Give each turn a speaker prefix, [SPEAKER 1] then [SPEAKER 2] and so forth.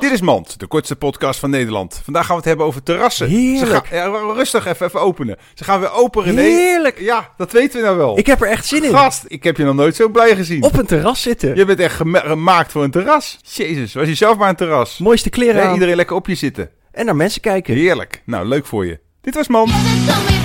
[SPEAKER 1] Dit is Mand, de kortste podcast van Nederland. Vandaag gaan we het hebben over terrassen. Ze
[SPEAKER 2] Heerlijk.
[SPEAKER 1] gaan, ja, rustig, even, even openen. Ze gaan weer open, René.
[SPEAKER 2] Heerlijk.
[SPEAKER 1] Ja, dat weten we nou wel.
[SPEAKER 2] Ik heb er echt zin in.
[SPEAKER 1] Gast, ik heb je nog nooit zo blij gezien.
[SPEAKER 2] Op een terras zitten.
[SPEAKER 1] Je bent echt gema- gemaakt voor een terras. Jezus, was je zelf maar een terras.
[SPEAKER 2] Mooiste kleren
[SPEAKER 1] Hè,
[SPEAKER 2] aan.
[SPEAKER 1] iedereen lekker op je zitten.
[SPEAKER 2] En naar mensen kijken.
[SPEAKER 1] Heerlijk. Nou, leuk voor je. Dit was Mand.
[SPEAKER 3] Never told me